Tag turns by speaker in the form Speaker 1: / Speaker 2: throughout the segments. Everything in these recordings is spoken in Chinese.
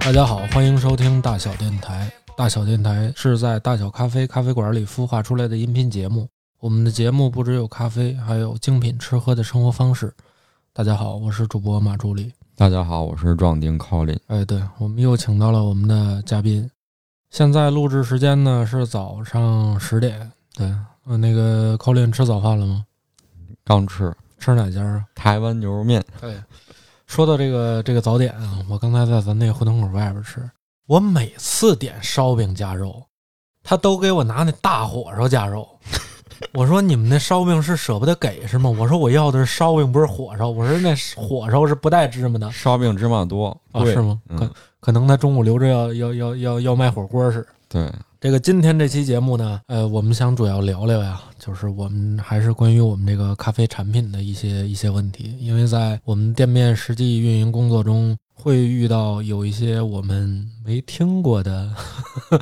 Speaker 1: 大家好，欢迎收听大小电台。大小电台是在大小咖啡咖啡馆里孵化出来的音频节目。我们的节目不只有咖啡，还有精品吃喝的生活方式。大家好，我是主播马助理。
Speaker 2: 大家好，我是壮丁 Colin。
Speaker 1: 哎，对，我们又请到了我们的嘉宾。现在录制时间呢是早上十点。对，呃，那个 Colin 吃早饭了吗？
Speaker 2: 刚吃
Speaker 1: 吃哪家啊？
Speaker 2: 台湾牛肉面，
Speaker 1: 对，说到这个这个早点啊，我刚才在咱那胡同口外边吃，我每次点烧饼夹肉，他都给我拿那大火烧夹肉。我说你们那烧饼是舍不得给是吗？我说我要的是烧饼，不是火烧。我说那火烧是不带芝麻的
Speaker 2: 烧饼芝麻多，
Speaker 1: 啊，
Speaker 2: 贵
Speaker 1: 是吗？可
Speaker 2: 嗯，
Speaker 1: 可能他中午留着要要要要要卖火锅是。
Speaker 2: 对，
Speaker 1: 这个今天这期节目呢，呃，我们想主要聊聊呀，就是我们还是关于我们这个咖啡产品的一些一些问题，因为在我们店面实际运营工作中，会遇到有一些我们没听过的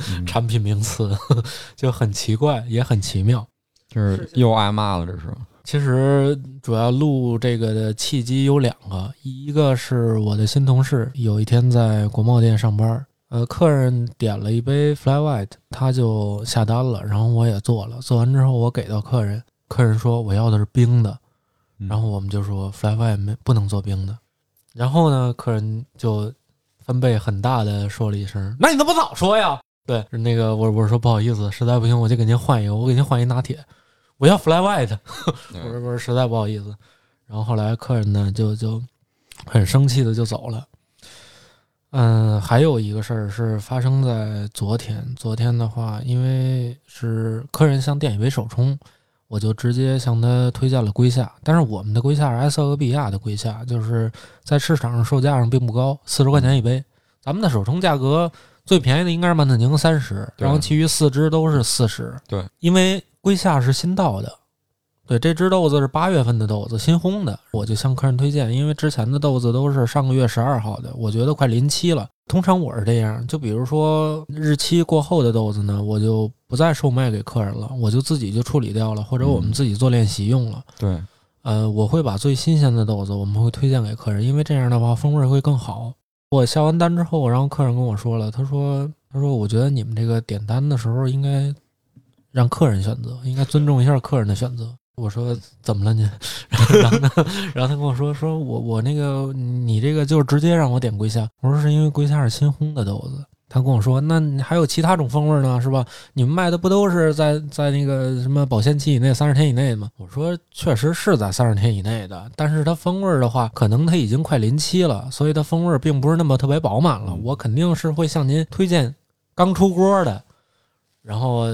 Speaker 2: 嗯
Speaker 1: 产品名词， 就很奇怪，也很奇妙。
Speaker 2: 就是又挨骂了，这是。
Speaker 1: 其实主要录这个的契机有两个，一个是我的新同事有一天在国贸店上班，呃，客人点了一杯 Fly White，他就下单了，然后我也做了，做完之后我给到客人，客人说我要的是冰的，
Speaker 2: 嗯
Speaker 1: 然后我们就说 Fly White 没不能做冰的，然后呢，客人就翻倍很大的说了一声，那你怎么不早说呀？对，那个我我说不好意思，实在不行我就给您换一个，我给您换一拿铁，我要 Fly White。我说
Speaker 2: 对
Speaker 1: 不是，实在不好意思。然后后来客人呢就就很生气的就走了。嗯，还有一个事儿是发生在昨天。昨天的话，因为是客人向店里为首冲，我就直接向他推荐了龟夏。但是我们的龟夏是埃塞俄比亚的龟夏，就是在市场上售价上并不高，四十块钱一杯。咱们的首冲价格最便宜的应该是曼特宁三十，
Speaker 2: 对
Speaker 1: 然后其余四支都是四十。
Speaker 2: 对，
Speaker 1: 因为龟夏是新到的，对，这只豆子是八月份的豆子，新烘的，我就向客人推荐，因为之前的豆子都是上个月十二号的，我觉得快临期了。通常我是这样，就比如说日期过后的豆子呢，我就不再售卖给客人了，我就自己就处理掉了，或者我们
Speaker 2: 嗯
Speaker 1: 自己做练习用了。
Speaker 2: 对，
Speaker 1: 呃，我会把最新鲜的豆子，我们会推荐给客人，因为这样的话风味会更好。我下完单之后，然后客人跟我说了，他说：“他说我觉得你们这个点单的时候应该让客人选择，应该尊重一下客人的选择。”我说：“怎么了您？” 然后呢，然后他跟我说：“说我我那个你这个就是直接让我点龟虾。”我说：“是因为龟虾是新烘的豆子。”他跟我说：“那你还有其他种风味呢，是吧？你们卖的不都是在在那个什么保鲜期以内三十天以内吗？我说确实是在三十天以内的，但是它风味儿的话，可能它已经快临期了，所以它风味儿并不是那么特别饱满了。我肯定是会向您推荐刚出锅的。然后，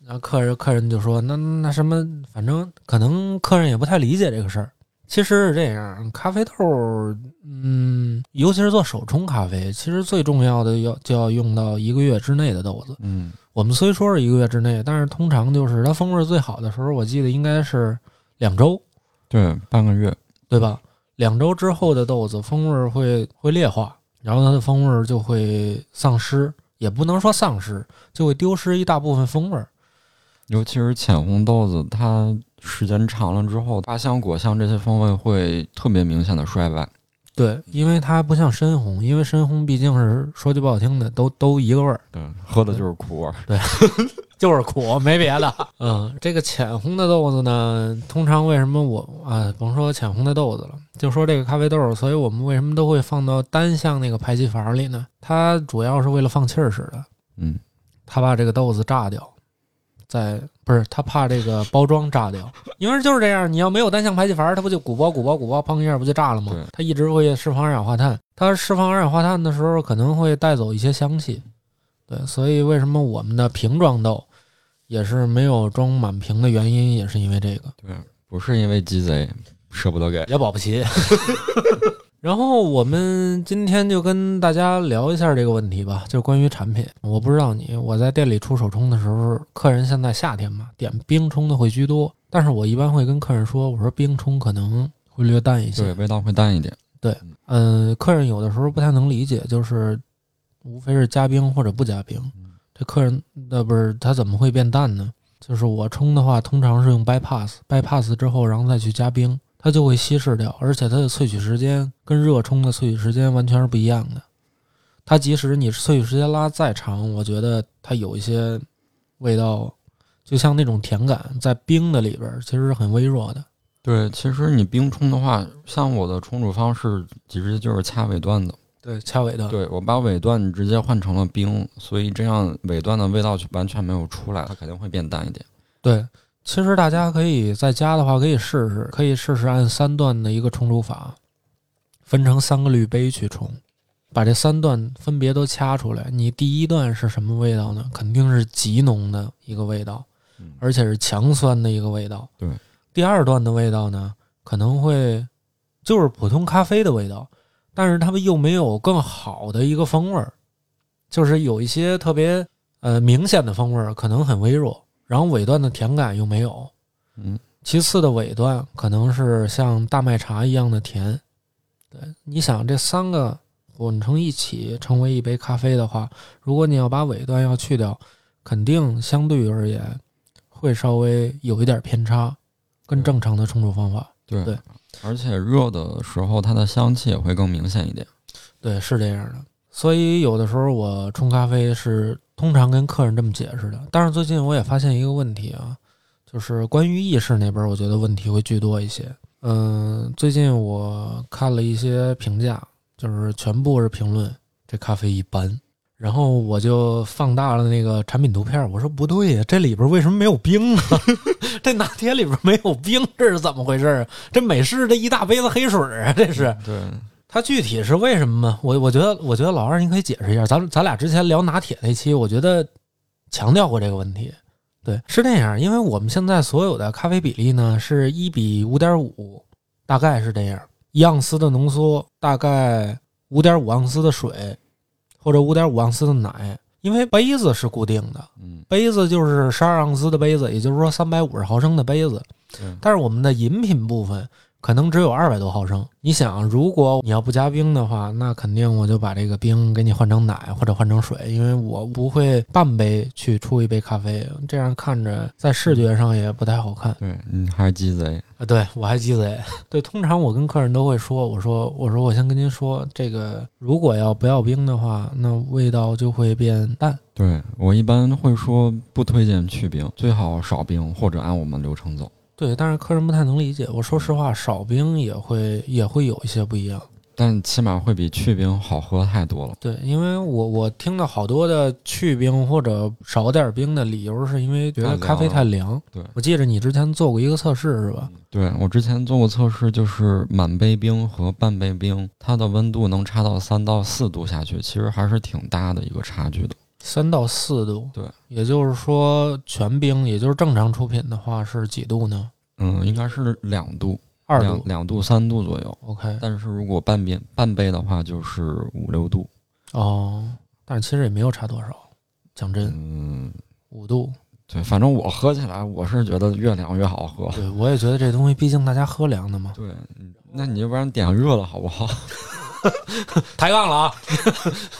Speaker 1: 然后客人客人就说那那什么，反正可能客人也不太理解这个事儿。其实是这样，咖啡豆儿嗯，尤其是做手冲咖啡，其实最重要的要就要用到一个月之内的豆子。
Speaker 2: 嗯，
Speaker 1: 我们虽说是一个月之内，但是通常就是它风味最好的时候，我记得应该是两周，
Speaker 2: 对，半个月，
Speaker 1: 对吧？两周之后的豆子风味会会劣化，然后它的风味就会丧失，也不能说丧失，就会丢失一大部分风味。
Speaker 2: 尤其是浅红豆子，它时间长了之后，花香、果香这些风味会特别明显的衰败。
Speaker 1: 对，因为它不像深红，因为深红毕竟是说句不好听的，都都一个味儿。
Speaker 2: 对，嗯喝的就是苦味儿。
Speaker 1: 就是苦，没别的。 嗯，这个浅红的豆子呢，通常为什么我啊，甭说浅红的豆子了，就说这个咖啡豆，所以我们为什么都会放到单向那个排气阀里呢？它主要是为了放气儿使的，
Speaker 2: 嗯，
Speaker 1: 它怕这个豆子炸掉，在不是它怕这个包装炸掉， 因为就是这样，你要没有单向排气阀，它不就鼓包鼓包鼓包，砰一下不就炸了吗
Speaker 2: 对？
Speaker 1: 它一直会释放二氧化碳，它释放二氧化碳的时候可能会带走一些香气，对，所以为什么我们的瓶装豆也是没有装满瓶的原因，也是因为这个。
Speaker 2: 对，不是因为鸡贼，舍不得给。
Speaker 1: 也保不齐。 然后我们今天就跟大家聊一下这个问题吧，就是关于产品。我不知道你，我在店里出手冲的时候，客人现在夏天嘛，点冰冲的会居多，但是我一般会跟客人说，我说冰冲可能会略淡一些。
Speaker 2: 对，味道会淡一点。
Speaker 1: 嗯，客人有的时候不太能理解，就是无非是加冰或者不加冰，这客人那不是他怎么会变淡呢？就是我冲的话，通常是用 bypass，bypass 之后，然后再去加冰，它就会稀释掉，而且它的萃取时间跟热冲的萃取时间完全是不一样的。它即使你萃取时间拉再长，我觉得它有一些味道，就像那种甜感，在冰的里边儿其实是很微弱的。
Speaker 2: 对，其实你冰冲的话，像我的冲煮方式其实就是掐尾段的。
Speaker 1: 对，掐尾的。
Speaker 2: 对我把尾段直接换成了冰，所以这样尾段的味道就完全没有出来，它肯定会变淡一点。
Speaker 1: 对，其实大家可以在家的话可以试试，可以试试按三段的一个冲煮法，分成三个滤杯去冲，把这三段分别都掐出来。你第一段是什么味道呢？肯定是极浓的一个味道，
Speaker 2: 嗯
Speaker 1: 而且是强酸的一个味道。
Speaker 2: 对，
Speaker 1: 第二段的味道呢，可能会就是普通咖啡的味道，但是他们又没有更好的一个风味儿，就是有一些特别呃明显的风味儿，可能很微弱，然后尾段的甜感又没有。
Speaker 2: 嗯，
Speaker 1: 其次的尾段可能是像大麦茶一样的甜。对，你想这三个混成一起成为一杯咖啡的话，如果你要把尾段要去掉，肯定相对于而言会稍微有一点偏差，跟正常的冲煮方法。
Speaker 2: 对
Speaker 1: 对
Speaker 2: 而且热的时候它的香气也会更明显一点。
Speaker 1: 对，是这样的。所以有的时候我冲咖啡是通常跟客人这么解释的。但是最近我也发现一个问题啊，就是关于意式那边，我觉得问题会居多一些。嗯，最近我看了一些评价，就是全部是评论这咖啡一般。然后我就放大了那个产品图片，我说不对呀，这里边为什么没有冰啊？ 这拿铁里边没有冰，这是怎么回事啊？这美式这一大杯子黑水啊，这是。
Speaker 2: 对，
Speaker 1: 它具体是为什么吗？我我觉得，我觉得老二你可以解释一下。咱们咱俩之前聊拿铁那期，我觉得强调过这个问题。对，是那样，因为我们现在所有的咖啡比例呢是一比五点五，大概是这样，一盎司的浓缩大概五点五盎司的水，或者五点五盎司的奶，因为杯子是固定的，
Speaker 2: 嗯，
Speaker 1: 杯子就是十二盎司的杯子，也就是说三百五十毫升的杯子。
Speaker 2: 对
Speaker 1: 但是我们的饮品部分可能只有二百多毫升。你想，如果你要不加冰的话，那肯定我就把这个冰给你换成奶或者换成水，因为我不会半杯去出一杯咖啡，这样看着在视觉上也不太好看。
Speaker 2: 对，你还是鸡贼。
Speaker 1: 啊，对我还鸡贼。对，通常我跟客人都会说，我说我说我先跟您说，这个如果要不要冰的话，那味道就会变淡。
Speaker 2: 对我一般会说不推荐去冰，最好少冰或者按我们流程走。
Speaker 1: 对，但是客人不太能理解。我说实话，少冰也会也会有一些不一样。
Speaker 2: 但起码会比去冰好喝太多了。
Speaker 1: 对，因为我我听到好多的去冰或者少点冰的理由，是因为觉得
Speaker 2: 太凉
Speaker 1: 咖啡
Speaker 2: 了
Speaker 1: 太凉。
Speaker 2: 对嗯
Speaker 1: 我记着你之前做过一个测试是吧？
Speaker 2: 对我之前做过测试，就是满杯冰和半杯冰，它的温度能差到三到四度下去，其实还是挺大的一个差距的。
Speaker 1: 三到四度。
Speaker 2: 对，
Speaker 1: 也就是说全冰，也就是正常出品的话是几度呢？
Speaker 2: 嗯，应该是两度，
Speaker 1: 二
Speaker 2: 两
Speaker 1: 度。
Speaker 2: 两度三度左右。
Speaker 1: OK，
Speaker 2: 但是如果半杯半杯的话，就是五六度。
Speaker 1: 哦，但是其实也没有差多少。讲真，
Speaker 2: 嗯，
Speaker 1: 五度。
Speaker 2: 对，反正我喝起来，我是觉得越凉越好喝。
Speaker 1: 对，我也觉得这东西，毕竟大家喝凉的嘛。
Speaker 2: 对，嗯那你要不然点热的好不好？
Speaker 1: 抬杠了啊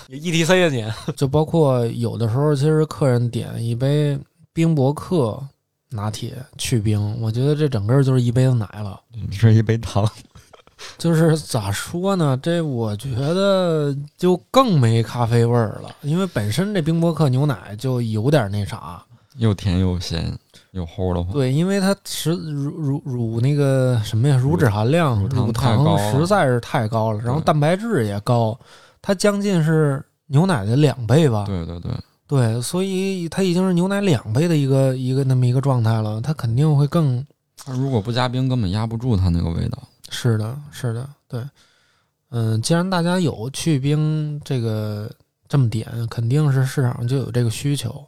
Speaker 1: ！ETC 啊你，就包括有的时候，其实客人点一杯冰博客拿铁去冰，我觉得这整个就是一杯子奶了。
Speaker 2: 是一杯糖。
Speaker 1: 就是咋说呢，这我觉得就更没咖啡味儿了，因为本身这冰博客牛奶就有点那啥，
Speaker 2: 又甜又咸又齁的慌。
Speaker 1: 对，因为它实乳乳乳那个什么呀，乳脂含量、
Speaker 2: 乳糖
Speaker 1: 乳
Speaker 2: 太
Speaker 1: 糖
Speaker 2: 高了
Speaker 1: 实在是太高了，然后
Speaker 2: 对
Speaker 1: 蛋白质也高，它将近是牛奶的两倍吧。
Speaker 2: 对对对，
Speaker 1: 对，所以它已经是牛奶两倍的一个一个那么一个状态了，它肯定会更
Speaker 2: 它如果不加冰，根本压不住它那个味道。
Speaker 1: 是的，是的，对，嗯，既然大家有去冰这个这么点，肯定是市场上就有这个需求。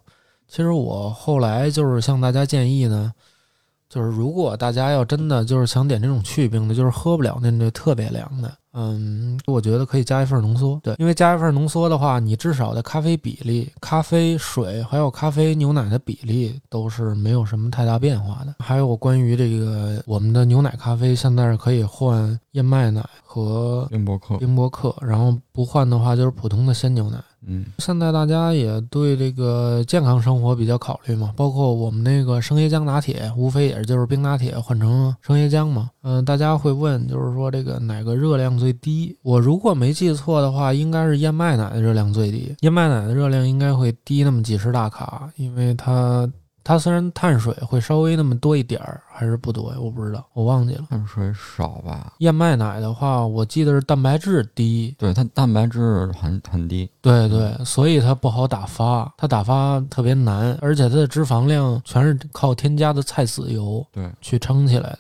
Speaker 1: 其实我后来就是向大家建议呢，就是如果大家要真的就是想点这种去冰的，就是喝不了那那特别凉的，嗯，我觉得可以加一份浓缩。对，因为加一份浓缩的话，你至少的咖啡比例、咖啡水还有咖啡牛奶的比例都是没有什么太大变化的。还有关于这个我们的牛奶咖啡，现在是可以换燕麦奶和
Speaker 2: 冰博客，嗯
Speaker 1: 冰博客，然后不换的话就是普通的鲜牛奶。
Speaker 2: 嗯
Speaker 1: 现在大家也对这个健康生活比较考虑嘛，包括我们那个生椰浆拿铁，无非也就是冰拿铁换成生椰浆嘛。嗯、大家会问，就是说这个哪个热量最低？我如果没记错的话，应该是燕麦奶的热量最低。燕麦奶的热量应该会低那么几十大卡，因为它它虽然碳水会稍微那么多一点儿，还是不多，我不知道，我忘记了。
Speaker 2: 碳水少吧？
Speaker 1: 燕麦奶的话，我记得是蛋白质低，
Speaker 2: 对，它蛋白质很很低。
Speaker 1: 对对，所以它不好打发，它打发特别难，而且它的脂肪量全是靠添加的菜籽油
Speaker 2: 对
Speaker 1: 去撑起来的。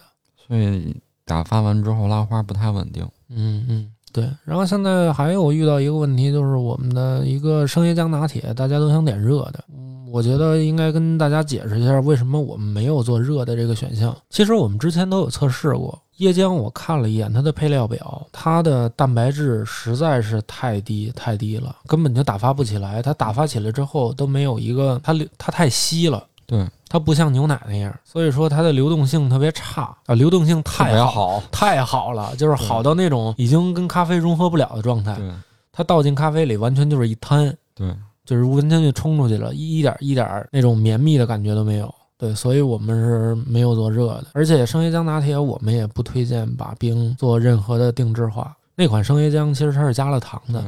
Speaker 2: 所以打发完之后拉花不太稳定。
Speaker 1: 嗯嗯，对。然后现在还有遇到一个问题，就是我们的一个生椰浆拿铁，大家都想点热的。嗯，我觉得应该跟大家解释一下，为什么我们没有做热的这个选项。其实我们之前都有测试过。椰浆我看了一眼它的配料表，它的蛋白质实在是太低太低了，根本就打发不起来。它打发起来之后都没有一个，它它太稀了，
Speaker 2: 对，
Speaker 1: 它不像牛奶那样，所以说它的流动性特别差啊，流动性
Speaker 2: 特
Speaker 1: 太
Speaker 2: 别
Speaker 1: 好。
Speaker 2: 好。
Speaker 1: 太好了，就是好到那种已经跟咖啡融合不了的状态。
Speaker 2: 对
Speaker 1: 它倒进咖啡里，完全就是一滩，
Speaker 2: 对，
Speaker 1: 就是完全就冲出去了，一一点一点儿那种绵密的感觉都没有。对，所以我们是没有做热的，而且生椰浆拿铁我们也不推荐把冰做任何的定制化。那款生椰浆其实它是加了糖的，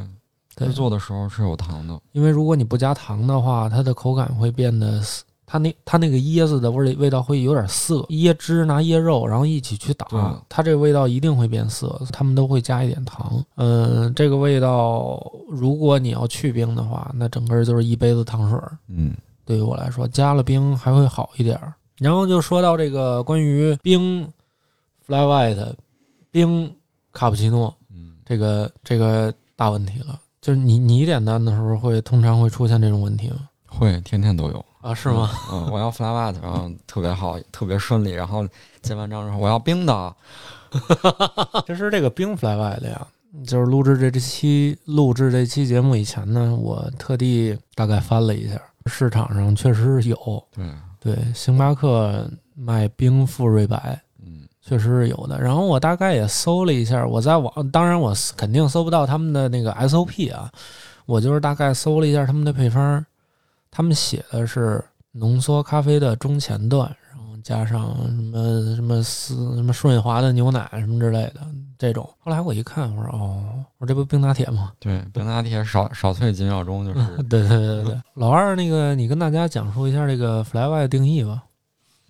Speaker 2: 对，
Speaker 1: 对
Speaker 2: 制，作的时候是有糖的。
Speaker 1: 因为如果你不加糖的话，它的口感会变得涩它那它那个椰子的味味道会有点涩，椰汁拿椰肉然后一起去打
Speaker 2: 对，
Speaker 1: 它这个味道一定会变涩，他们都会加一点糖。嗯，这个味道如果你要去冰的话，那整个就是一杯子糖水儿。
Speaker 2: 嗯，
Speaker 1: 对于我来说，加了冰还会好一点儿。然后就说到这个关于冰 fly white 冰卡布奇诺，
Speaker 2: 嗯，
Speaker 1: 这个这个大问题了。就是你你点单的时候会通常会出现这种问题吗？
Speaker 2: 会天天都有。
Speaker 1: 啊，是吗？
Speaker 2: 嗯，我要 flat white，然后特别好，特别顺利。然后结完账之后，我要冰的。
Speaker 1: 其嗯实这个冰 fly by 的呀，就是录制这这期录制这期节目以前呢，我特地大概翻了一下，市场上确实是有，
Speaker 2: 对，
Speaker 1: 对，星巴克卖冰馥芮白。
Speaker 2: 嗯，
Speaker 1: 确实是有的，然后我大概也搜了一下，我在网，当然我搜肯定搜不到他们的那个 SOP 啊，我就是大概搜了一下他们的配方，他们写的是浓缩咖啡的中前段，然后加上什么什么丝什么顺滑的牛奶什么之类的这种。后来我一看，我说哦，我说这不冰拿铁吗？
Speaker 2: 对，冰拿铁少少萃几秒钟就是，
Speaker 1: 对对对对对，老二，那个你跟大家讲述一下这个 fly white 定义吧，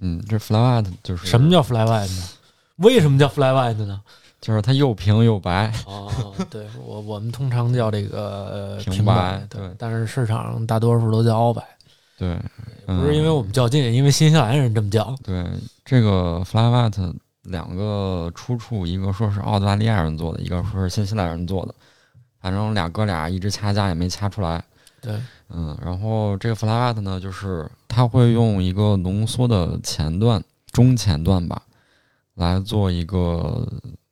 Speaker 2: 嗯，这 flat white 就是
Speaker 1: 什么？叫 fly white 呢？为什么叫 fly white 呢？
Speaker 2: 就是它又平又白。
Speaker 1: 哦，对我我们通常叫这个呃
Speaker 2: 平
Speaker 1: 平
Speaker 2: 白
Speaker 1: 对，
Speaker 2: 对
Speaker 1: 但是市场上大多数都叫鳌拜，
Speaker 2: 对，嗯
Speaker 1: 不是因为我们较劲，因为新西兰人这么叫。
Speaker 2: 对，这个 fly white 两个出处，一个说是澳大利亚人做的，一个说是新西兰人做的，反正俩哥俩一直掐架也没掐出来。
Speaker 1: 对，
Speaker 2: 嗯，然后这个 fly white 呢，就是它会用一个浓缩的前段、中前段吧，来做一个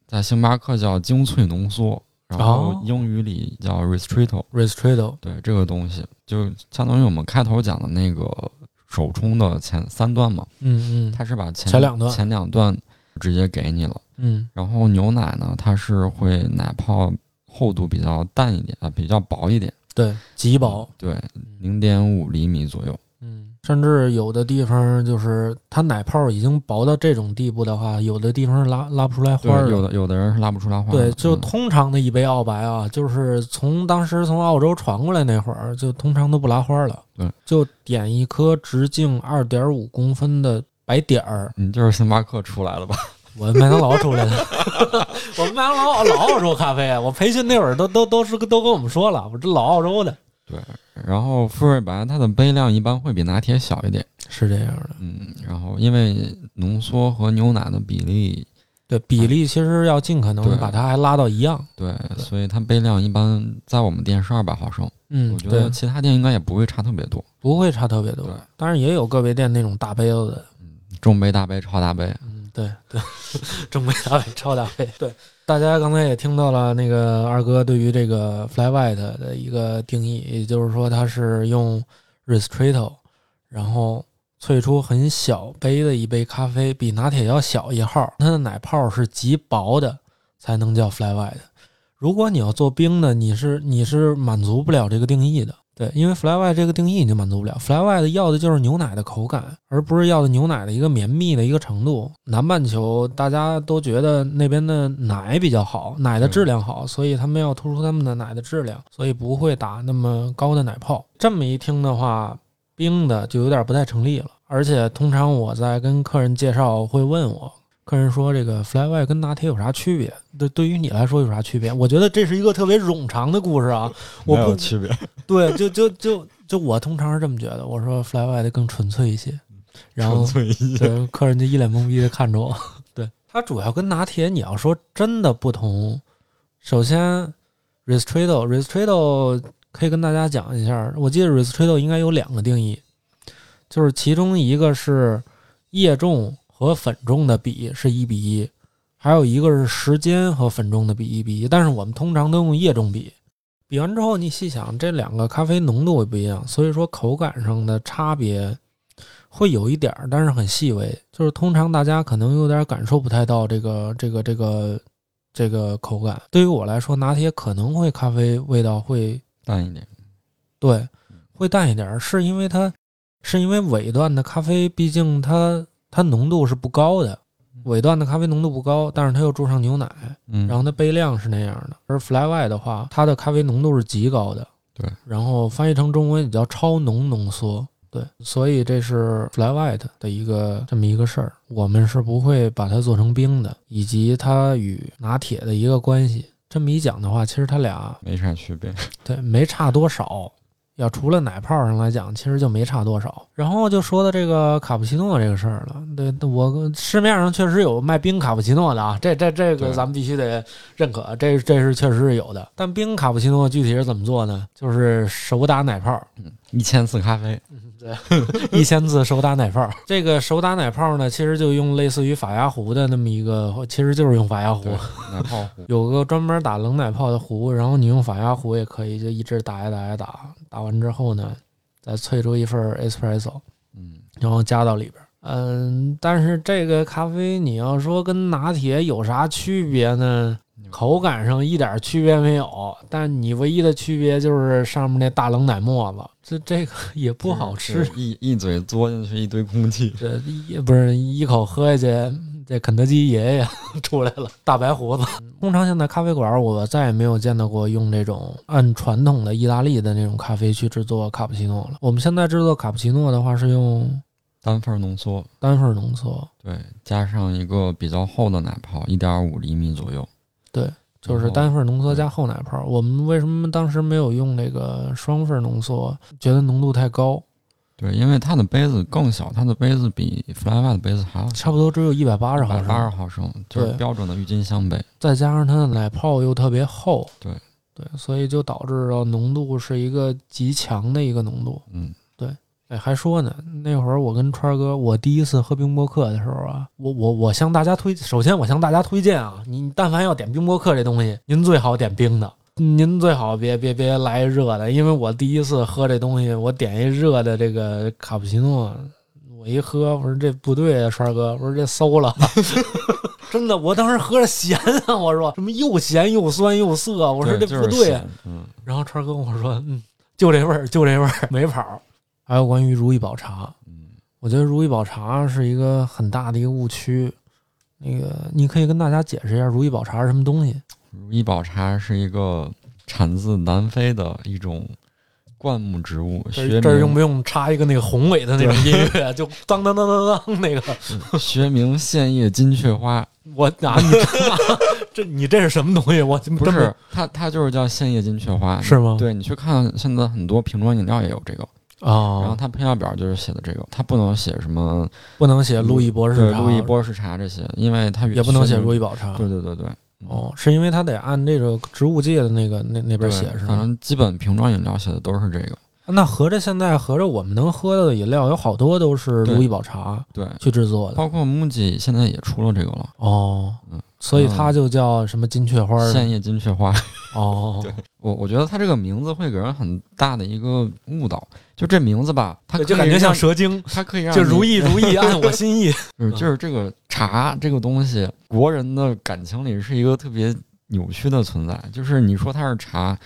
Speaker 2: 在星巴克叫精粹浓缩，然后
Speaker 1: 哦
Speaker 2: 英语里叫 ristretto。
Speaker 1: Ristretto，
Speaker 2: 对这个东西，就相当于我们开头讲的那个手冲的前三段嘛，
Speaker 1: 嗯嗯
Speaker 2: 它是把前
Speaker 1: 前两段
Speaker 2: 前两段直接给你了。
Speaker 1: 嗯，
Speaker 2: 然后牛奶呢，它是会奶泡厚度比较淡一点啊，比较薄一点，
Speaker 1: 对，极薄，
Speaker 2: 对，零点五厘米左右。
Speaker 1: 嗯，甚至有的地方就是它奶泡已经薄到这种地步的话，有的地方是拉拉不出来
Speaker 2: 对
Speaker 1: 花儿，的
Speaker 2: 有。的有的人是拉不出来花儿的。
Speaker 1: 对，就
Speaker 2: 嗯
Speaker 1: 通常的一杯澳白啊，就是从当时从澳洲传过来那会儿，就通常都不拉花了。
Speaker 2: 对，
Speaker 1: 就点一颗直径二点五公分的白点儿，
Speaker 2: 你就是星巴克出来了吧？
Speaker 1: 我麦当劳出来的， 我麦当劳老澳洲咖啡啊，我培训那会儿都都都是都跟我们说了，我这老澳洲的，
Speaker 2: 然后馥芮白它的杯量一般会比拿铁小一点，
Speaker 1: 是这样的。
Speaker 2: 嗯，然后因为浓缩和牛奶的比例
Speaker 1: 对比例其实要尽可能地
Speaker 2: 对
Speaker 1: 把它还拉到一样。
Speaker 2: 对，所以它杯量一般在我们店是二百毫升，
Speaker 1: 嗯，
Speaker 2: 我觉
Speaker 1: 对
Speaker 2: 得，其他店应该也不会差特别多。
Speaker 1: 不会差特别多
Speaker 2: 对。
Speaker 1: 当然也有个别店那种大杯子的，
Speaker 2: 中杯、大杯、超大杯，
Speaker 1: 嗯，对对， 中杯、大杯、超大杯。对，大家刚才也听到了那个二哥对于这个 fly white 的一个定义，也就是说它是用 ristretto，然后萃出很小杯的一杯咖啡，比拿铁要小一号，它的奶泡是极薄的，才能叫 fly white。如果你要做冰的，你是你是满足不了这个定义的，对，因为 fly white 这个定义你就满足不了，fly white 要的就是牛奶的口感，而不是要的牛奶的一个绵密的一个程度。南半球大家都觉得那边的奶比较好，奶的质量好，所以他们要突出他们的奶的质量，所以不会打那么高的奶泡。这么一听的话，冰的就有点不太成立了。而且通常我在跟客人介绍会问我，客人说这个 fly white 跟拿铁有啥区别？对，对于你来说有啥区别？我觉得这是一个特别冗长的故事啊，我
Speaker 2: 没有
Speaker 1: 不
Speaker 2: 区别。
Speaker 1: 对，就就就就我通常是这么觉得，我说 fly white 更纯粹一些，然后
Speaker 2: 嗯纯粹一些
Speaker 1: 对客人就一脸懵逼的看着我。对，它主要跟拿铁你要说真的不同，首先 ristretto ristretto 可以跟大家讲一下，我记得 ristretto 应该有两个定义，就是其中一个是液重和粉重的比是一比一，还有一个是时间和粉重的比一比一，但是我们通常都用液重比。比完之后，你细想，这两个咖啡浓度也不一样，所以说口感上的差别会有一点儿，但是很细微。就是通常大家可能有点感受不太到这个这个这个这个口感。对于我来说，拿铁可能会咖啡味道会
Speaker 2: 淡一点，
Speaker 1: 对，会淡一点儿，是因为它是因为尾段的咖啡，毕竟它它浓度是不高的，尾段的咖啡浓度不高，但是它又注上牛奶，
Speaker 2: 嗯，
Speaker 1: 然后它杯量是那样的。而 Fly Y 的话，它的咖啡浓度是极高的，
Speaker 2: 对，
Speaker 1: 然后翻译成中文也叫超浓浓缩。对，所以这是 Fly White 的一个这么一个事儿，我们是不会把它做成冰的，以及它与拿铁的一个关系。这么一讲的话，其实它俩
Speaker 2: 没啥区别。
Speaker 1: 对，没差多少。要除了奶泡上来讲，其实就没差多少。然后就说到这个卡布奇诺这个事儿了。对，我市面上确实有卖冰卡布奇诺的啊，这这这个
Speaker 2: 对
Speaker 1: 咱们必须得认可，这这是确实是有的。但冰卡布奇诺具体是怎么做呢？就是手打奶泡，
Speaker 2: 一千次咖 啡，
Speaker 1: 一千次手打奶泡。 这个手打奶泡呢，其实就用类似于法压壶的那么一个，其实就是用法压壶。，
Speaker 2: 对奶泡壶
Speaker 1: 有个专门打冷奶泡的壶，然后你用法压壶也可以，就一直打呀打呀打，打完之后呢，再萃出一份儿 espresso，
Speaker 2: 嗯，
Speaker 1: 然后加到里边儿。嗯，但是这个咖啡你要说跟拿铁有啥区别呢？口感上一点区别没有，但你唯一的区别就是上面那大冷奶沫子，这这个也不
Speaker 2: 嗯
Speaker 1: 好吃，
Speaker 2: 就是一一嘴嘬进去一堆空气，
Speaker 1: 这一不是一口喝下去，这肯德基爷 爷出来了，大白胡子。通常现在咖啡馆，我再也没有见到过用这种按传统的意大利的那种咖啡去制作卡布奇诺了。我们现在制作卡布奇诺的话，是用
Speaker 2: 单份浓缩，
Speaker 1: 单份浓缩，
Speaker 2: 对，加上一个比较厚的奶泡，一点五厘米左右，
Speaker 1: 就是单份浓缩加厚奶泡。我们为什么当时没有用那个双份浓缩？觉得浓度太高，
Speaker 2: 对，因为它的杯子更小，它的杯子比弗莱外的杯子还要小，
Speaker 1: 差不多只有一百八十毫
Speaker 2: 百八
Speaker 1: 升
Speaker 2: 十，毫升，就是
Speaker 1: 对
Speaker 2: 标准的郁金香杯。
Speaker 1: 再加上它的奶泡又特别厚，
Speaker 2: 对
Speaker 1: 对，所以就导致了浓度是一个极强的一个浓度。
Speaker 2: 嗯，
Speaker 1: 哎，还说呢，那会儿我跟川儿哥，我第一次喝冰博客的时候啊，我我我向大家推，首先我向大家推荐啊，你你但凡要点冰博客这东西，您最好点冰的，您最好别别别来热的，因为我第一次喝这东西，我点一热的这个卡布奇诺，我一喝，我说这不对啊，川儿哥，我说这馊了， 真的，我当时喝着咸啊，我说什么又咸又酸又涩，我说这
Speaker 2: 对
Speaker 1: 不
Speaker 2: 就是
Speaker 1: 对啊，
Speaker 2: 咸嗯，
Speaker 1: 然后川儿哥跟我说，嗯，就这味儿，就这味儿，没跑儿。还有关于如意宝茶，
Speaker 2: 嗯，
Speaker 1: 我觉得如意宝茶是一个很大的一个误区。那个，你可以跟大家解释一下如意宝茶是什么东西？
Speaker 2: 如意宝茶是一个产自南非的一种灌木植物，
Speaker 1: 这
Speaker 2: 学
Speaker 1: 儿这儿用
Speaker 2: 名
Speaker 1: 不用插一个那个宏伟的那种音乐？啊就当当当当当那个，
Speaker 2: 学名线叶金雀花，
Speaker 1: 我啊，你 这这你这是什么东西？我真
Speaker 2: 不
Speaker 1: 没
Speaker 2: 是它，它就是叫线叶金雀 花，
Speaker 1: 是吗？
Speaker 2: 对你去看现在很多瓶装饮料也有这个，然后
Speaker 1: 啊，
Speaker 2: 它配料表就是写的这个，它不能写什么
Speaker 1: 不能写路易博士
Speaker 2: 嗯对
Speaker 1: 茶，
Speaker 2: 路易波士茶这些，因为它
Speaker 1: 也不能写如
Speaker 2: 意。
Speaker 1: 意宝茶。
Speaker 2: 对对对对，
Speaker 1: 哦，是因为他得按这个植物界的那个那那
Speaker 2: 对
Speaker 1: 边写是
Speaker 2: 反
Speaker 1: 吗？
Speaker 2: 正基本瓶装饮料写的都是这个。
Speaker 1: 那合着现在合着我们能喝的饮料有好多都是
Speaker 2: 对哦
Speaker 1: 如意宝茶
Speaker 2: 对，
Speaker 1: 去制作的
Speaker 2: 包括 MUJI 现在也出了这个了，
Speaker 1: 哦
Speaker 2: 嗯，
Speaker 1: 所以它就叫什么金雀花儿
Speaker 2: 线叶金雀花。
Speaker 1: 哦，
Speaker 2: 我我觉得它这个名字会给人很大的一个误导，就这名字吧，它
Speaker 1: 对
Speaker 2: 可以
Speaker 1: 就感觉像
Speaker 2: 让
Speaker 1: 蛇精，
Speaker 2: 它可以让
Speaker 1: 就
Speaker 2: 你
Speaker 1: 如意如意按我心意。
Speaker 2: 就是就是这个茶这个东西，国人的感情里是一个特别扭曲的存在，就是你说它是茶，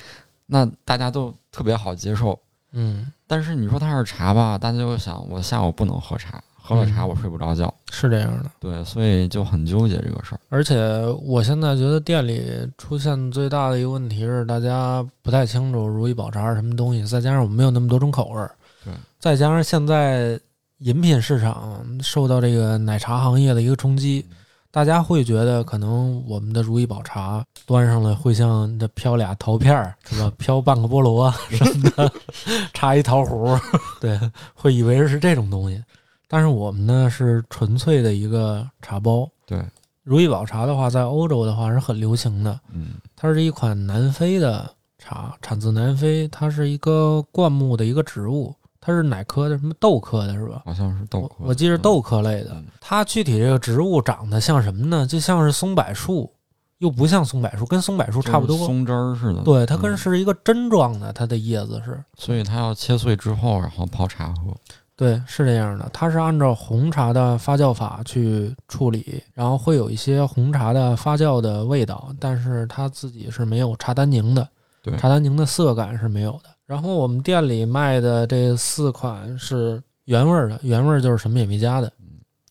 Speaker 2: 那大家都特别好接受，
Speaker 1: 嗯，
Speaker 2: 但是你说它是茶吧，大家就想我下午不能喝茶，喝了茶
Speaker 1: 嗯
Speaker 2: 我睡不着觉，
Speaker 1: 是这样的。
Speaker 2: 对，所以就很纠结这个事儿。
Speaker 1: 而且我现在觉得店里出现最大的一个问题是，大家不太清楚如意宝茶是什么东西，再加上我们没有那么多种口味儿，
Speaker 2: 对，
Speaker 1: 再加上现在饮品市场受到这个奶茶行业的一个冲击，大家会觉得可能我们的如意宝茶端上来会像这飘俩桃片儿是吧，飘半个菠萝啊什么的， 插一桃核儿，对，会以为是这种东西，但是我们呢是纯粹的一个茶包。
Speaker 2: 对，
Speaker 1: 如意宝茶的话，在欧洲的话是很流行的。
Speaker 2: 嗯
Speaker 1: 它是一款南非的茶，产自南非，它是一个灌木的一个植物，它是哪科的？什么豆科的是吧？
Speaker 2: 好像是豆
Speaker 1: 我
Speaker 2: 科
Speaker 1: 我记得是豆科类的
Speaker 2: 嗯。
Speaker 1: 它具体这个植物长得像什么呢？就像是松柏树，又不像松柏树，跟松柏树
Speaker 2: 就是
Speaker 1: 差不多。
Speaker 2: 松枝儿似的。
Speaker 1: 对，它跟
Speaker 2: 嗯
Speaker 1: 是一个针状的，它的叶子是。
Speaker 2: 所以它要切碎之后，然后泡茶喝。
Speaker 1: 对，是这样的，它是按照红茶的发酵法去处理，然后会有一些红茶的发酵的味道，但是它自己是没有茶单宁的，
Speaker 2: 对
Speaker 1: 茶单宁的涩感是没有的。然后我们店里卖的这四款是原味儿的，原味儿就是什么也没加的，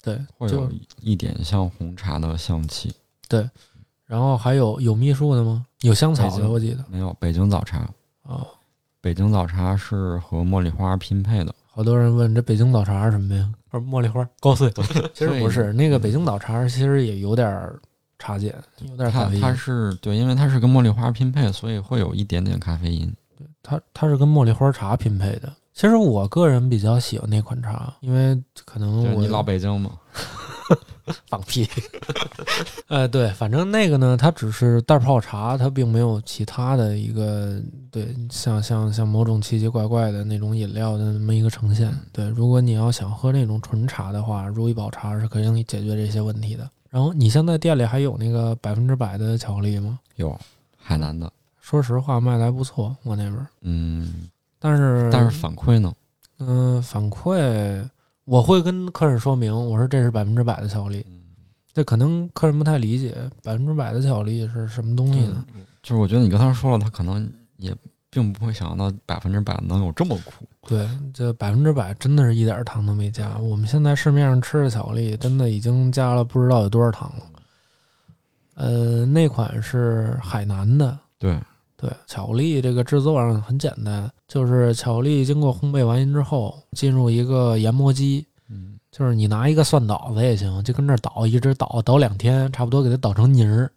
Speaker 1: 对，
Speaker 2: 嗯会
Speaker 1: 就
Speaker 2: 有一点像红茶的香气。
Speaker 1: 然后还有有秘术的吗？有香草
Speaker 2: 北
Speaker 1: 的，
Speaker 2: 京
Speaker 1: 我记得
Speaker 2: 没有北京早茶，
Speaker 1: 啊、
Speaker 2: 北京早茶是和茉莉花拼配的。
Speaker 1: 好多人问这北京早茶是什么呀？不是茉莉花高碎， 其实不
Speaker 2: 所
Speaker 1: 是，那个北京早茶其实也有点儿茶碱，有点儿咖
Speaker 2: 它
Speaker 1: 啡因。
Speaker 2: 它是对，因为它是跟茉莉花拼配，所以会有一点点咖啡因。
Speaker 1: 它它是跟茉莉花茶拼配的。其实我个人比较喜欢那款茶，因为可
Speaker 2: 就
Speaker 1: 能
Speaker 2: 是
Speaker 1: 哦我
Speaker 2: 你老北京嘛，
Speaker 1: 放 屁。呃，对，反正那个呢，它只是袋泡茶，它并没有其他的一个对，像像像某种奇奇怪怪的那种饮料的那么一个呈现。对，如果你要想喝那种纯茶的话，如意宝茶是可以让你解决这些问题的。然后你现在店里还有那个百分之百的巧克力吗？
Speaker 2: 有海南的，
Speaker 1: 说实话，卖的还不错，我那边儿。
Speaker 2: 嗯，
Speaker 1: 但是
Speaker 2: 但是反馈呢？
Speaker 1: 嗯，反馈我会跟客人说明，我说这是百分之百的巧克力。这可能客人不太理解，百分之百的巧克力是什么东西呢？
Speaker 2: 就是我觉得你刚才说了，他可能也并不会想到百分之百能有这么苦。
Speaker 1: 对，这百分之百真的是一点儿糖都没加。我们现在市面上吃的巧克力，真的已经加了不知道有多少糖了。呃，那款是海南的，
Speaker 2: 对，
Speaker 1: 对，巧克力这个制作上很简单，就是巧克力经过烘焙完之后，进入一个研磨机，
Speaker 2: 嗯，
Speaker 1: 就是你拿一个蒜捣子也行，就跟这儿捣，一直捣捣两天，差不多给它捣成泥儿。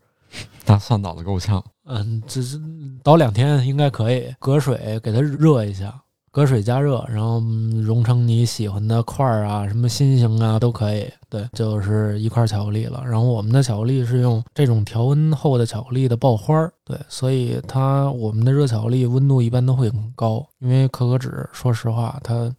Speaker 2: 他算倒的够呛。
Speaker 1: 嗯，这这捣两天应该可以，隔水给它热一下，隔水加热，然后嗯融成你喜欢的块儿啊，什么心形啊都可以。对，就是一块巧克力了。然后我们的巧克力是用这种调温后的巧克力的爆花儿，对，所以它我们的热巧克力温度一般都会很高，因为可可脂说实话它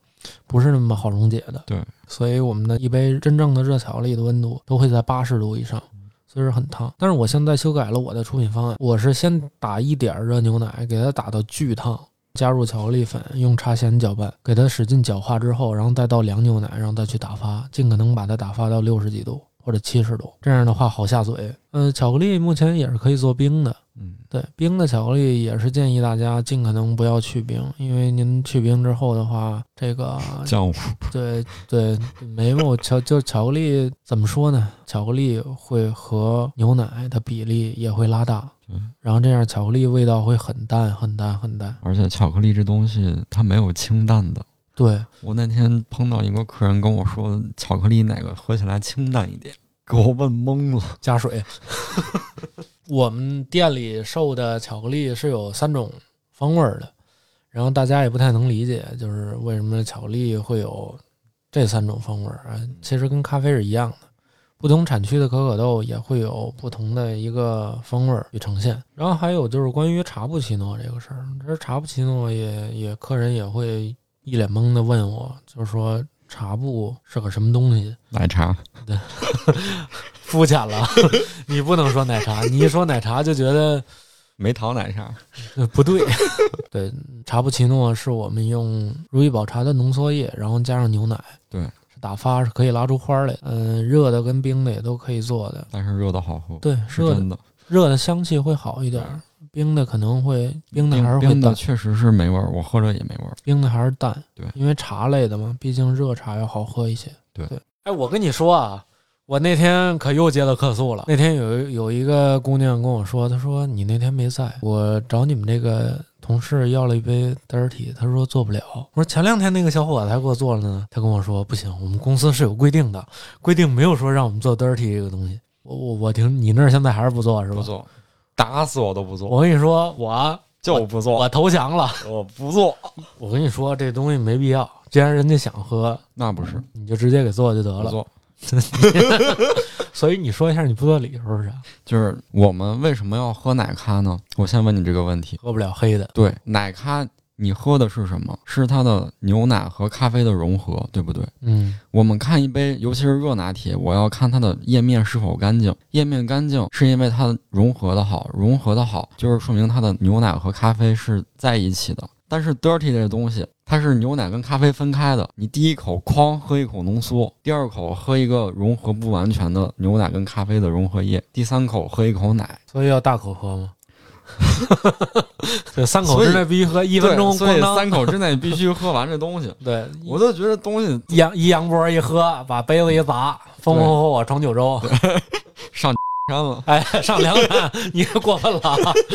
Speaker 1: 不是那么好溶解的。
Speaker 2: 对，
Speaker 1: 所以我们的一杯真正的热巧克力的温度都会在八十度以上。所以是很烫。但是我现在修改了我的出品方案，我是先打一点儿热牛奶，给它打到巨烫，加入巧克力粉，用茶筅搅拌，给它使劲搅化之后，然后再倒凉牛奶，然后再去打发，尽可能把它打发到六十几度或者七十度，这样的话好下嘴。嗯、巧克力目前也是可以做冰的，
Speaker 2: 嗯，
Speaker 1: 对，冰的巧克力也是建议大家尽可能不要去冰，因为您去冰之后的话，这个
Speaker 2: 浆糊。
Speaker 1: 对对，眉毛巧就巧克力怎么说呢？巧克力会和牛奶的比例也会拉大，
Speaker 2: 嗯
Speaker 1: 然后这样巧克力味道会很淡很淡很淡。
Speaker 2: 而且巧克力这东西它没有清淡的。
Speaker 1: 对，
Speaker 2: 我那天碰到一个客人跟我说，巧克力哪个喝起来清淡一点，给我问懵了。
Speaker 1: 加水。我们店里售的巧克力是有三种风味儿的，然后大家也不太能理解，就是为什么巧克力会有这三种风味儿啊？其实跟咖啡是一样的，不同产区的可可豆也会有不同的一个风味儿与呈现。然后还有就是关于茶布奇诺这个事儿，这茶布奇诺也也客人也会一脸懵的问我，就是说茶布是个什么东西？
Speaker 2: 奶茶，
Speaker 1: 肤浅了， 你不能说奶 茶，你一说奶茶就觉得
Speaker 2: 没糖奶茶。
Speaker 1: 呃不 对。对，茶布奇诺是我们用如意宝茶的浓缩液，然后加上牛奶，
Speaker 2: 对，
Speaker 1: 打发呃是可以拉出花儿来。嗯、热的跟冰的也都可以做的。
Speaker 2: 但是热的好喝，
Speaker 1: 对，
Speaker 2: 是
Speaker 1: 热的
Speaker 2: 真的。
Speaker 1: 热的香气会好一点儿，冰的可能会冰的还是会
Speaker 2: 冰的
Speaker 1: 淡，
Speaker 2: 确实是没味儿，我喝着也没味儿。
Speaker 1: 冰的还是淡。
Speaker 2: 对
Speaker 1: 因为茶类的嘛，毕竟热茶要好喝一些。
Speaker 2: 对
Speaker 1: 哎，我跟你说啊，我那天可又接到客诉了。那天有一有一个姑娘跟我说，她说你那天没在，我找你们这个同事要了一杯 dirty，她说做不了。我说前两天那个小伙子还给我做了呢，他跟我说不行，我们公司是有规定的，规定没有说让我们做 dirty 这个东西。我我我听你那儿现在还是不做是吧
Speaker 2: 不？做，打死我都不做，
Speaker 1: 我跟你说，我
Speaker 2: 就不做，
Speaker 1: 我投降了。
Speaker 2: 我不做。
Speaker 1: 我跟你说，这东西没必要。既然人家想喝，
Speaker 2: 那不是
Speaker 1: 你就直接给做就得
Speaker 2: 不
Speaker 1: 了。
Speaker 2: 做，
Speaker 1: 所以你说一下你不做理由是啥？
Speaker 2: 就是我们为什么要喝奶咖呢？我先问你这个问题。
Speaker 1: 喝不了黑的，
Speaker 2: 对，奶咖你喝的是什么？是它的牛奶和咖啡的融合，对不对？
Speaker 1: 嗯，
Speaker 2: 我们看一杯，尤其是热拿铁，我要看它的页面是否干净。页面干净是因为它融合的好，融合的好就是说明它的牛奶和咖啡是在一起的。但是 dirty 这个东西，它是牛奶跟咖啡分开的。你第一口哐喝一口浓缩，第二口喝一个融合不完全的牛奶跟咖啡的融合液，第三口喝一口奶。
Speaker 1: 所以要大口喝吗？ 对，三口之内必须喝，一
Speaker 2: 一
Speaker 1: 分钟
Speaker 2: 所
Speaker 1: 咣
Speaker 2: 以
Speaker 1: 当。
Speaker 2: 三口之内必须喝完这 东西。
Speaker 1: 对，
Speaker 2: 我就觉得东西
Speaker 1: 一扬一扬波一喝，把杯子一砸，风风火火闯九州。
Speaker 2: 上山了。
Speaker 1: 哎，上梁山，你这过分了，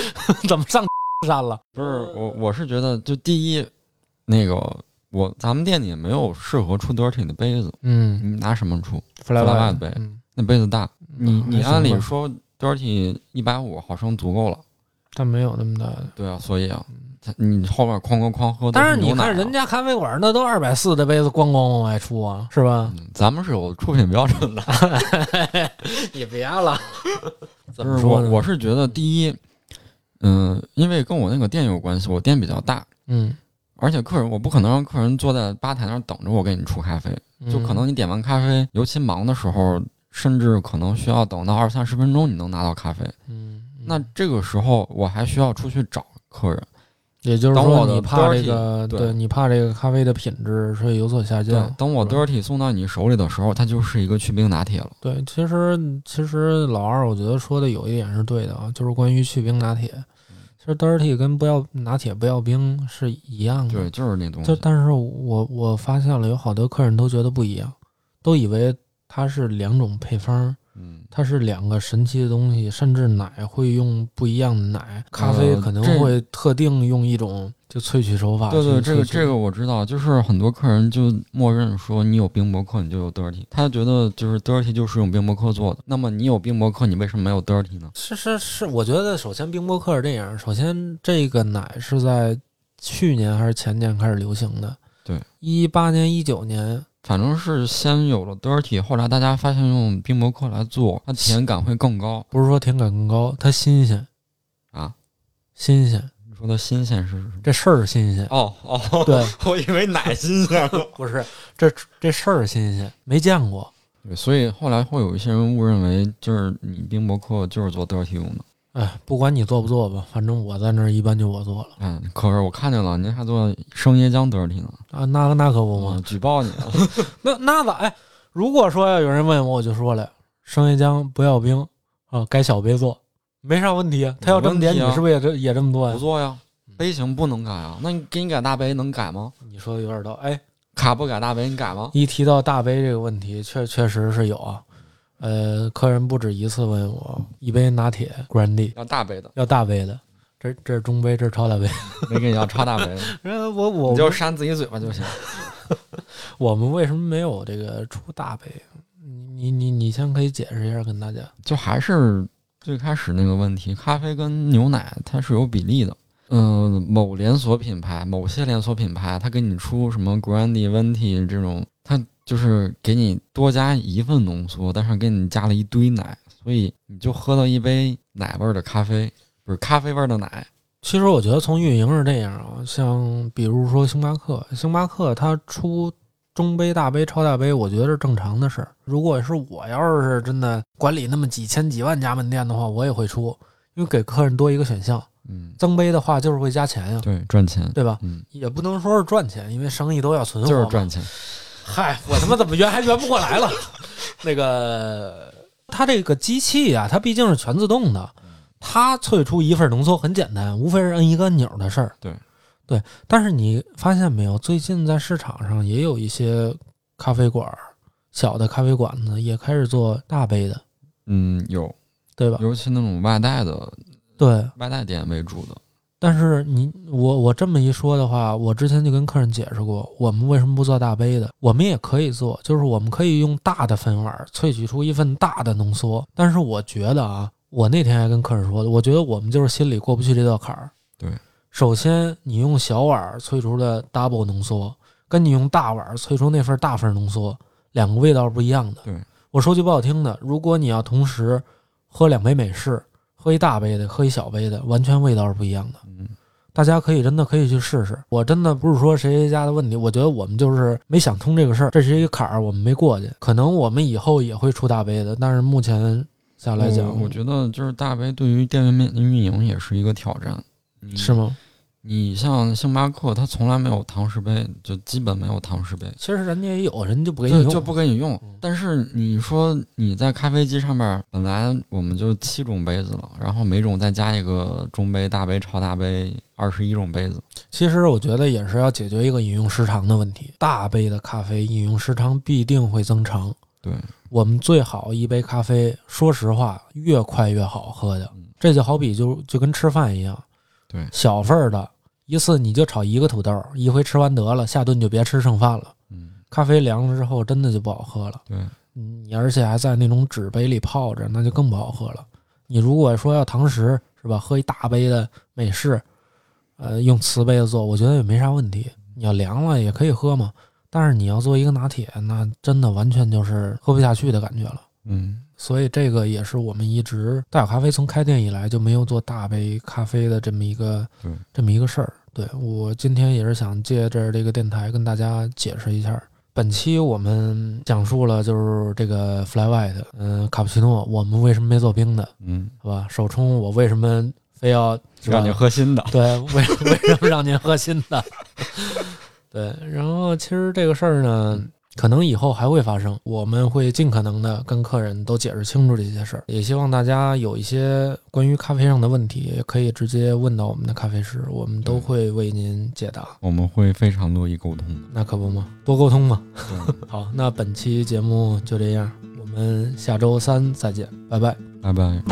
Speaker 1: 怎么上山了？
Speaker 2: 不是我，我是觉得就第一，那个我咱们店里没有适合出 dirty 的杯子，
Speaker 1: 嗯，
Speaker 2: 你拿什么出？
Speaker 1: 弗莱
Speaker 2: 弗莱
Speaker 1: 曼
Speaker 2: 曼杯
Speaker 1: 嗯，
Speaker 2: 那杯子大，你
Speaker 1: 嗯
Speaker 2: 你
Speaker 1: 还行
Speaker 2: 按理
Speaker 1: 吧
Speaker 2: 说 dirty 一百五毫升足够了，
Speaker 1: 但没有那么大的。
Speaker 2: 对啊，所以啊，
Speaker 1: 嗯
Speaker 2: 它你后边哐哐哐喝都
Speaker 1: 但是你
Speaker 2: 牛奶啊
Speaker 1: 看人家咖啡馆那都二百四的杯子，咣咣往外出啊，是吧？
Speaker 2: 嗯咱们是有出品标准的，
Speaker 1: 也别 了，怎
Speaker 2: 就
Speaker 1: 么
Speaker 2: 是
Speaker 1: 说
Speaker 2: 嗯我
Speaker 1: 呢？
Speaker 2: 我是觉得第一，嗯、因为跟我那个店有关系，我店比较大，
Speaker 1: 嗯，
Speaker 2: 而且客人我不可能让客人坐在吧台那儿等着我给你出咖啡，就可
Speaker 1: 嗯
Speaker 2: 能你点完咖啡，尤其忙的时候，甚至可能需要等到二三十分钟你能拿到咖啡。
Speaker 1: 嗯，嗯，
Speaker 2: 那这个时候我还需要出去找客人，
Speaker 1: 也就是
Speaker 2: 等
Speaker 1: 说，
Speaker 2: 我的
Speaker 1: 你怕这
Speaker 2: dirty，
Speaker 1: 个，
Speaker 2: 对
Speaker 1: 对你怕这个咖啡的品质是有所下降。
Speaker 2: 等我
Speaker 1: 是吧
Speaker 2: dirty 送到你手里的时候，它就是一个去冰拿铁了。
Speaker 1: 对，其实其实老二，我觉得说的有一点是对的啊，就是关于去冰拿铁，
Speaker 2: 嗯
Speaker 1: 其实 dirty 跟不要拿铁不要冰是一样的。
Speaker 2: 对，就是那
Speaker 1: 嗯
Speaker 2: 东
Speaker 1: 就
Speaker 2: 西。
Speaker 1: 但是我我发现了，有好多客人都觉得不一样，都以为它是两种配方，
Speaker 2: 嗯，
Speaker 1: 它是两个神奇的东西，甚至奶会用不一样的奶，咖啡
Speaker 2: 呃
Speaker 1: 可能
Speaker 2: 这
Speaker 1: 会特定用一种就萃取手法去萃
Speaker 2: 对
Speaker 1: 取。
Speaker 2: 对，这个这个我知道，就是很多客人就默认说你有冰博客你就有 dirty，他觉得就是 dirty 就是用冰博客做的。那么你有冰博客，你为什么没有 dirty 呢？
Speaker 1: 是是是，我觉得首先冰博客是这样，首先这个奶是在去年还是前年开始流行的，
Speaker 2: 对，
Speaker 1: 一八年一九年，
Speaker 2: 反正是先有了 dirty，后来大家发现用冰博客来做，它体验感会更高
Speaker 1: 不是说甜感更高，它新鲜
Speaker 2: 啊。
Speaker 1: 新鲜，
Speaker 2: 你说的新鲜是什么？
Speaker 1: 这事儿新鲜，
Speaker 2: 哦哦，
Speaker 1: 对，
Speaker 2: 我以为奶新鲜了。
Speaker 1: 不是这这事儿新鲜，没见过
Speaker 2: 对，所以后来会有一些人误认为，就是你冰博客就是做 dirty 用的。
Speaker 1: 哎，不管你做不做吧，反正我在那儿一般就我做了
Speaker 2: 嗯，可是我看见了，您还做生椰浆 dirty 呢，
Speaker 1: 啊，那个那可不嘛，
Speaker 2: 我举报你了。
Speaker 1: 那那咋哎？如果说要有人问我，我就说了，生椰浆不要冰啊，改小杯做，没啥问题啊。他要这么点，
Speaker 2: 没问题啊
Speaker 1: 你是不是也这也这么做呀
Speaker 2: 不？做 呀，杯型不能改啊。那你给你改大杯能改吗？
Speaker 1: 你说的有点道。哎，
Speaker 2: 卡不改大杯，你改吗？
Speaker 1: 一提到大杯这个问题，确确实是有啊。呃，客人不止一次问我，一杯拿铁 Grandi
Speaker 2: 要大杯的，
Speaker 1: 要大杯的，这这是中杯，这是超大 杯。
Speaker 2: 没给你要超大杯 的，
Speaker 1: 呃，我
Speaker 2: 你
Speaker 1: 我
Speaker 2: 就扇自己嘴巴就行。
Speaker 1: 我们为什么没有这个出大杯？你你你先可以解释一下跟大家。
Speaker 2: 就还是最开始那个问题，咖啡跟牛奶它是有比例的。嗯、某连锁品牌，某些连锁品牌，它给你出什么 Grandi、Venti 这种，它就是给你多加一份浓缩，但是给你加了一堆奶，所以你就喝到一杯奶味儿的咖啡，不是咖啡味儿的奶。
Speaker 1: 其实我觉得从运营是这样啊，像比如说星巴克，星巴克它出中杯、大杯、超大杯，我觉得是正常的事儿。如果是我要是真的管理那么几千几万家门店的话，我也会出，因为给客人多一个选项。
Speaker 2: 嗯，
Speaker 1: 增杯的话就是会加钱呀、
Speaker 2: 对，赚钱，
Speaker 1: 对吧？
Speaker 2: 嗯，
Speaker 1: 也不能说是赚钱，因为生意都要存活。
Speaker 2: 就是。赚钱。
Speaker 1: 嗨，我他妈怎么圆还圆不过来
Speaker 2: 嗯
Speaker 1: 了？那个，它这个机器啊，它毕竟是全自动的，它萃出一份浓缩很简单，无非是摁一个按钮的事儿。
Speaker 2: 对，
Speaker 1: 对。但是你发现没有，最近在市场上也有一些咖啡馆儿，小的咖啡馆子也开始做大杯的，
Speaker 2: 嗯，有，
Speaker 1: 对吧？
Speaker 2: 尤其那种外带的
Speaker 1: 对。
Speaker 2: 外带店为主的，
Speaker 1: 但是你我我这么一说的话，我之前就跟客人解释过，我们为什么不做大杯的？我们也可以做，就是我们可以用大的粉碗萃取出一份大的浓缩。但是我觉得啊，我那天还跟客人说的，我觉得我们就是心里过不去这道坎儿。
Speaker 2: 对，
Speaker 1: 首先你用小碗萃出的 double 浓缩，跟你用大碗萃出那份大份浓缩，两个味道是不一样的。
Speaker 2: 对，
Speaker 1: 我说句不好听的，如果你要同时喝两杯美式，喝一大杯的，喝一小杯的，完全味道是不一样的。
Speaker 2: 嗯，
Speaker 1: 大家可以真的可以去试试。我真的不是说谁谁家的问题，我觉得我们就是没想通这个事儿，这是一个坎儿，我们没过去。可能我们以后也会出大杯的，但是目前下啊来讲，
Speaker 2: 我我觉得就是大杯对于店面运营也是一个挑战，你
Speaker 1: 是吗？
Speaker 2: 你像星巴克，它从来没有堂食杯，就基本没有堂食杯，
Speaker 1: 其实人家也有，人家就不给你
Speaker 2: 就
Speaker 1: 用，
Speaker 2: 就不给你用
Speaker 1: 嗯。
Speaker 2: 但是你说你在咖啡机上面，本来我们就七种杯子了，然后每种再加一个中杯、大杯、超大杯，二十一种杯子。
Speaker 1: 其实我觉得也是要解决一个饮用时长的问题。大杯的咖啡饮用时长必定会增长。
Speaker 2: 对，
Speaker 1: 我们最好一杯咖啡，说实话，越快越好喝的
Speaker 2: 嗯。
Speaker 1: 这就好比就就跟吃饭一样，
Speaker 2: 对
Speaker 1: 小份儿的，一次你就炒一个土豆，一回吃完得了，下顿就别吃剩饭了。
Speaker 2: 嗯，
Speaker 1: 咖啡凉了之后，真的就不好喝了。
Speaker 2: 对，
Speaker 1: 你嗯而且还在那种纸杯里泡着，那就更不好喝了。你如果说要堂食是吧，喝一大杯的美式，呃，用瓷杯子做，我觉得也没啥问题。你要凉了也可以喝嘛，但是你要做一个拿铁，那真的完全就是喝不下去的感觉了。
Speaker 2: 嗯，
Speaker 1: 所以这个也是我们一直大小咖啡从开店以来就没有做大杯咖啡的这么一个
Speaker 2: 对
Speaker 1: 这么一个事儿。对我今天也是想借着这个电台跟大家解释一下。本期我们讲述了就是这个 Fly White，嗯、卡布奇诺我们为什么没做冰的，
Speaker 2: 嗯，
Speaker 1: 是吧？手冲我为什么非要是吧
Speaker 2: 让你喝新的。
Speaker 1: 对，为为什么让您喝新的？ 对，然后其实这个事儿呢，可能以后还会发生，我们会尽可能的跟客人都解释清楚这些事儿，也希望大家有一些关于咖啡上的问题，也可以直接问到我们的咖啡师，我们都
Speaker 2: 对
Speaker 1: 会为您解答。
Speaker 2: 我们会非常乐意沟通的。
Speaker 1: 那可不嘛，多沟通嘛。
Speaker 2: 对
Speaker 1: 好，那本期节目就这样，我们下周三再见，拜拜。
Speaker 2: 拜拜。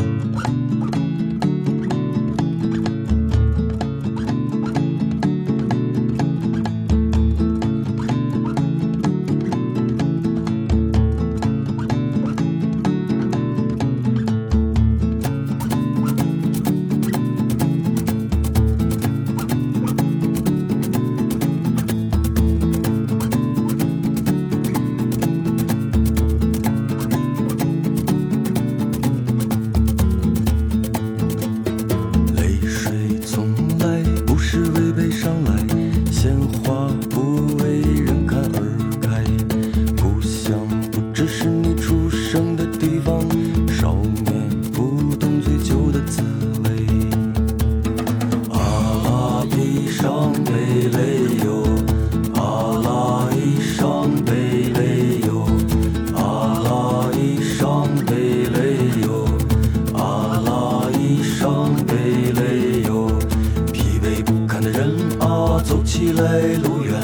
Speaker 3: 泪水从来不是为悲伤来，鲜花不为人看而开。故乡不只是你出生的地方，少年不懂醉酒的滋味。阿拉一上贝勒哟，阿拉啊一上贝勒哟，阿拉啊一上贝勒哟。阿拉啊一上贝勒哟，疲惫不堪的人啊，走起来路远；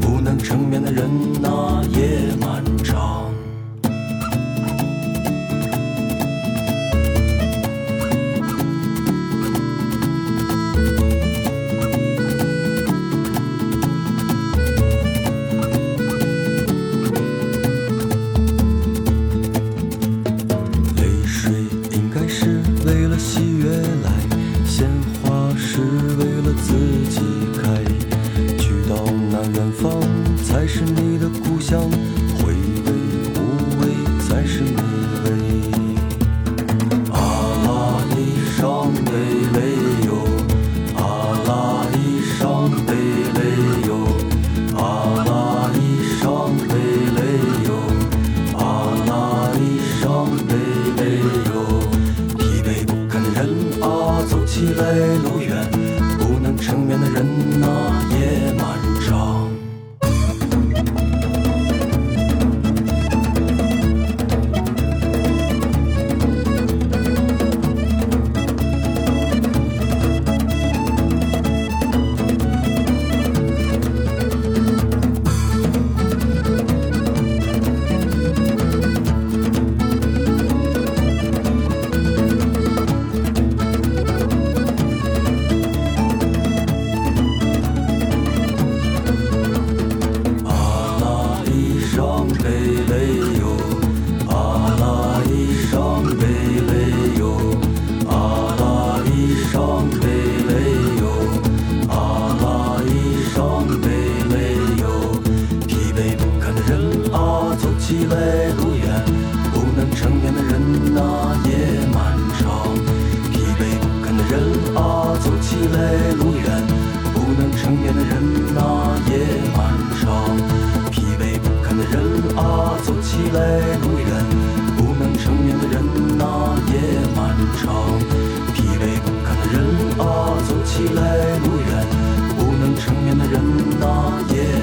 Speaker 3: 不能成眠的人啊，夜漫长。泪水应该是为了喜悦来，鲜花是为了自己开。去到那远方才是你的故乡，回味无味才是美味。阿拉伊上贝勒哟，阿拉伊上贝勒哟，阿拉伊上贝勒哟。阿拉一上贝勒哟，疲惫不堪的人啊，走起来路远；不能成眠的人啊，夜漫长。啊啊啊啊啊气泪如烟，不能成眠的人啊，夜漫长；疲惫不堪的人啊，走起来如烟，不能成眠的人啊，夜漫长；疲惫不堪的人啊，走起来如烟，不能成眠的人啊，夜漫长；疲惫不堪的人啊，走起来如烟，不能成眠的人啊，夜。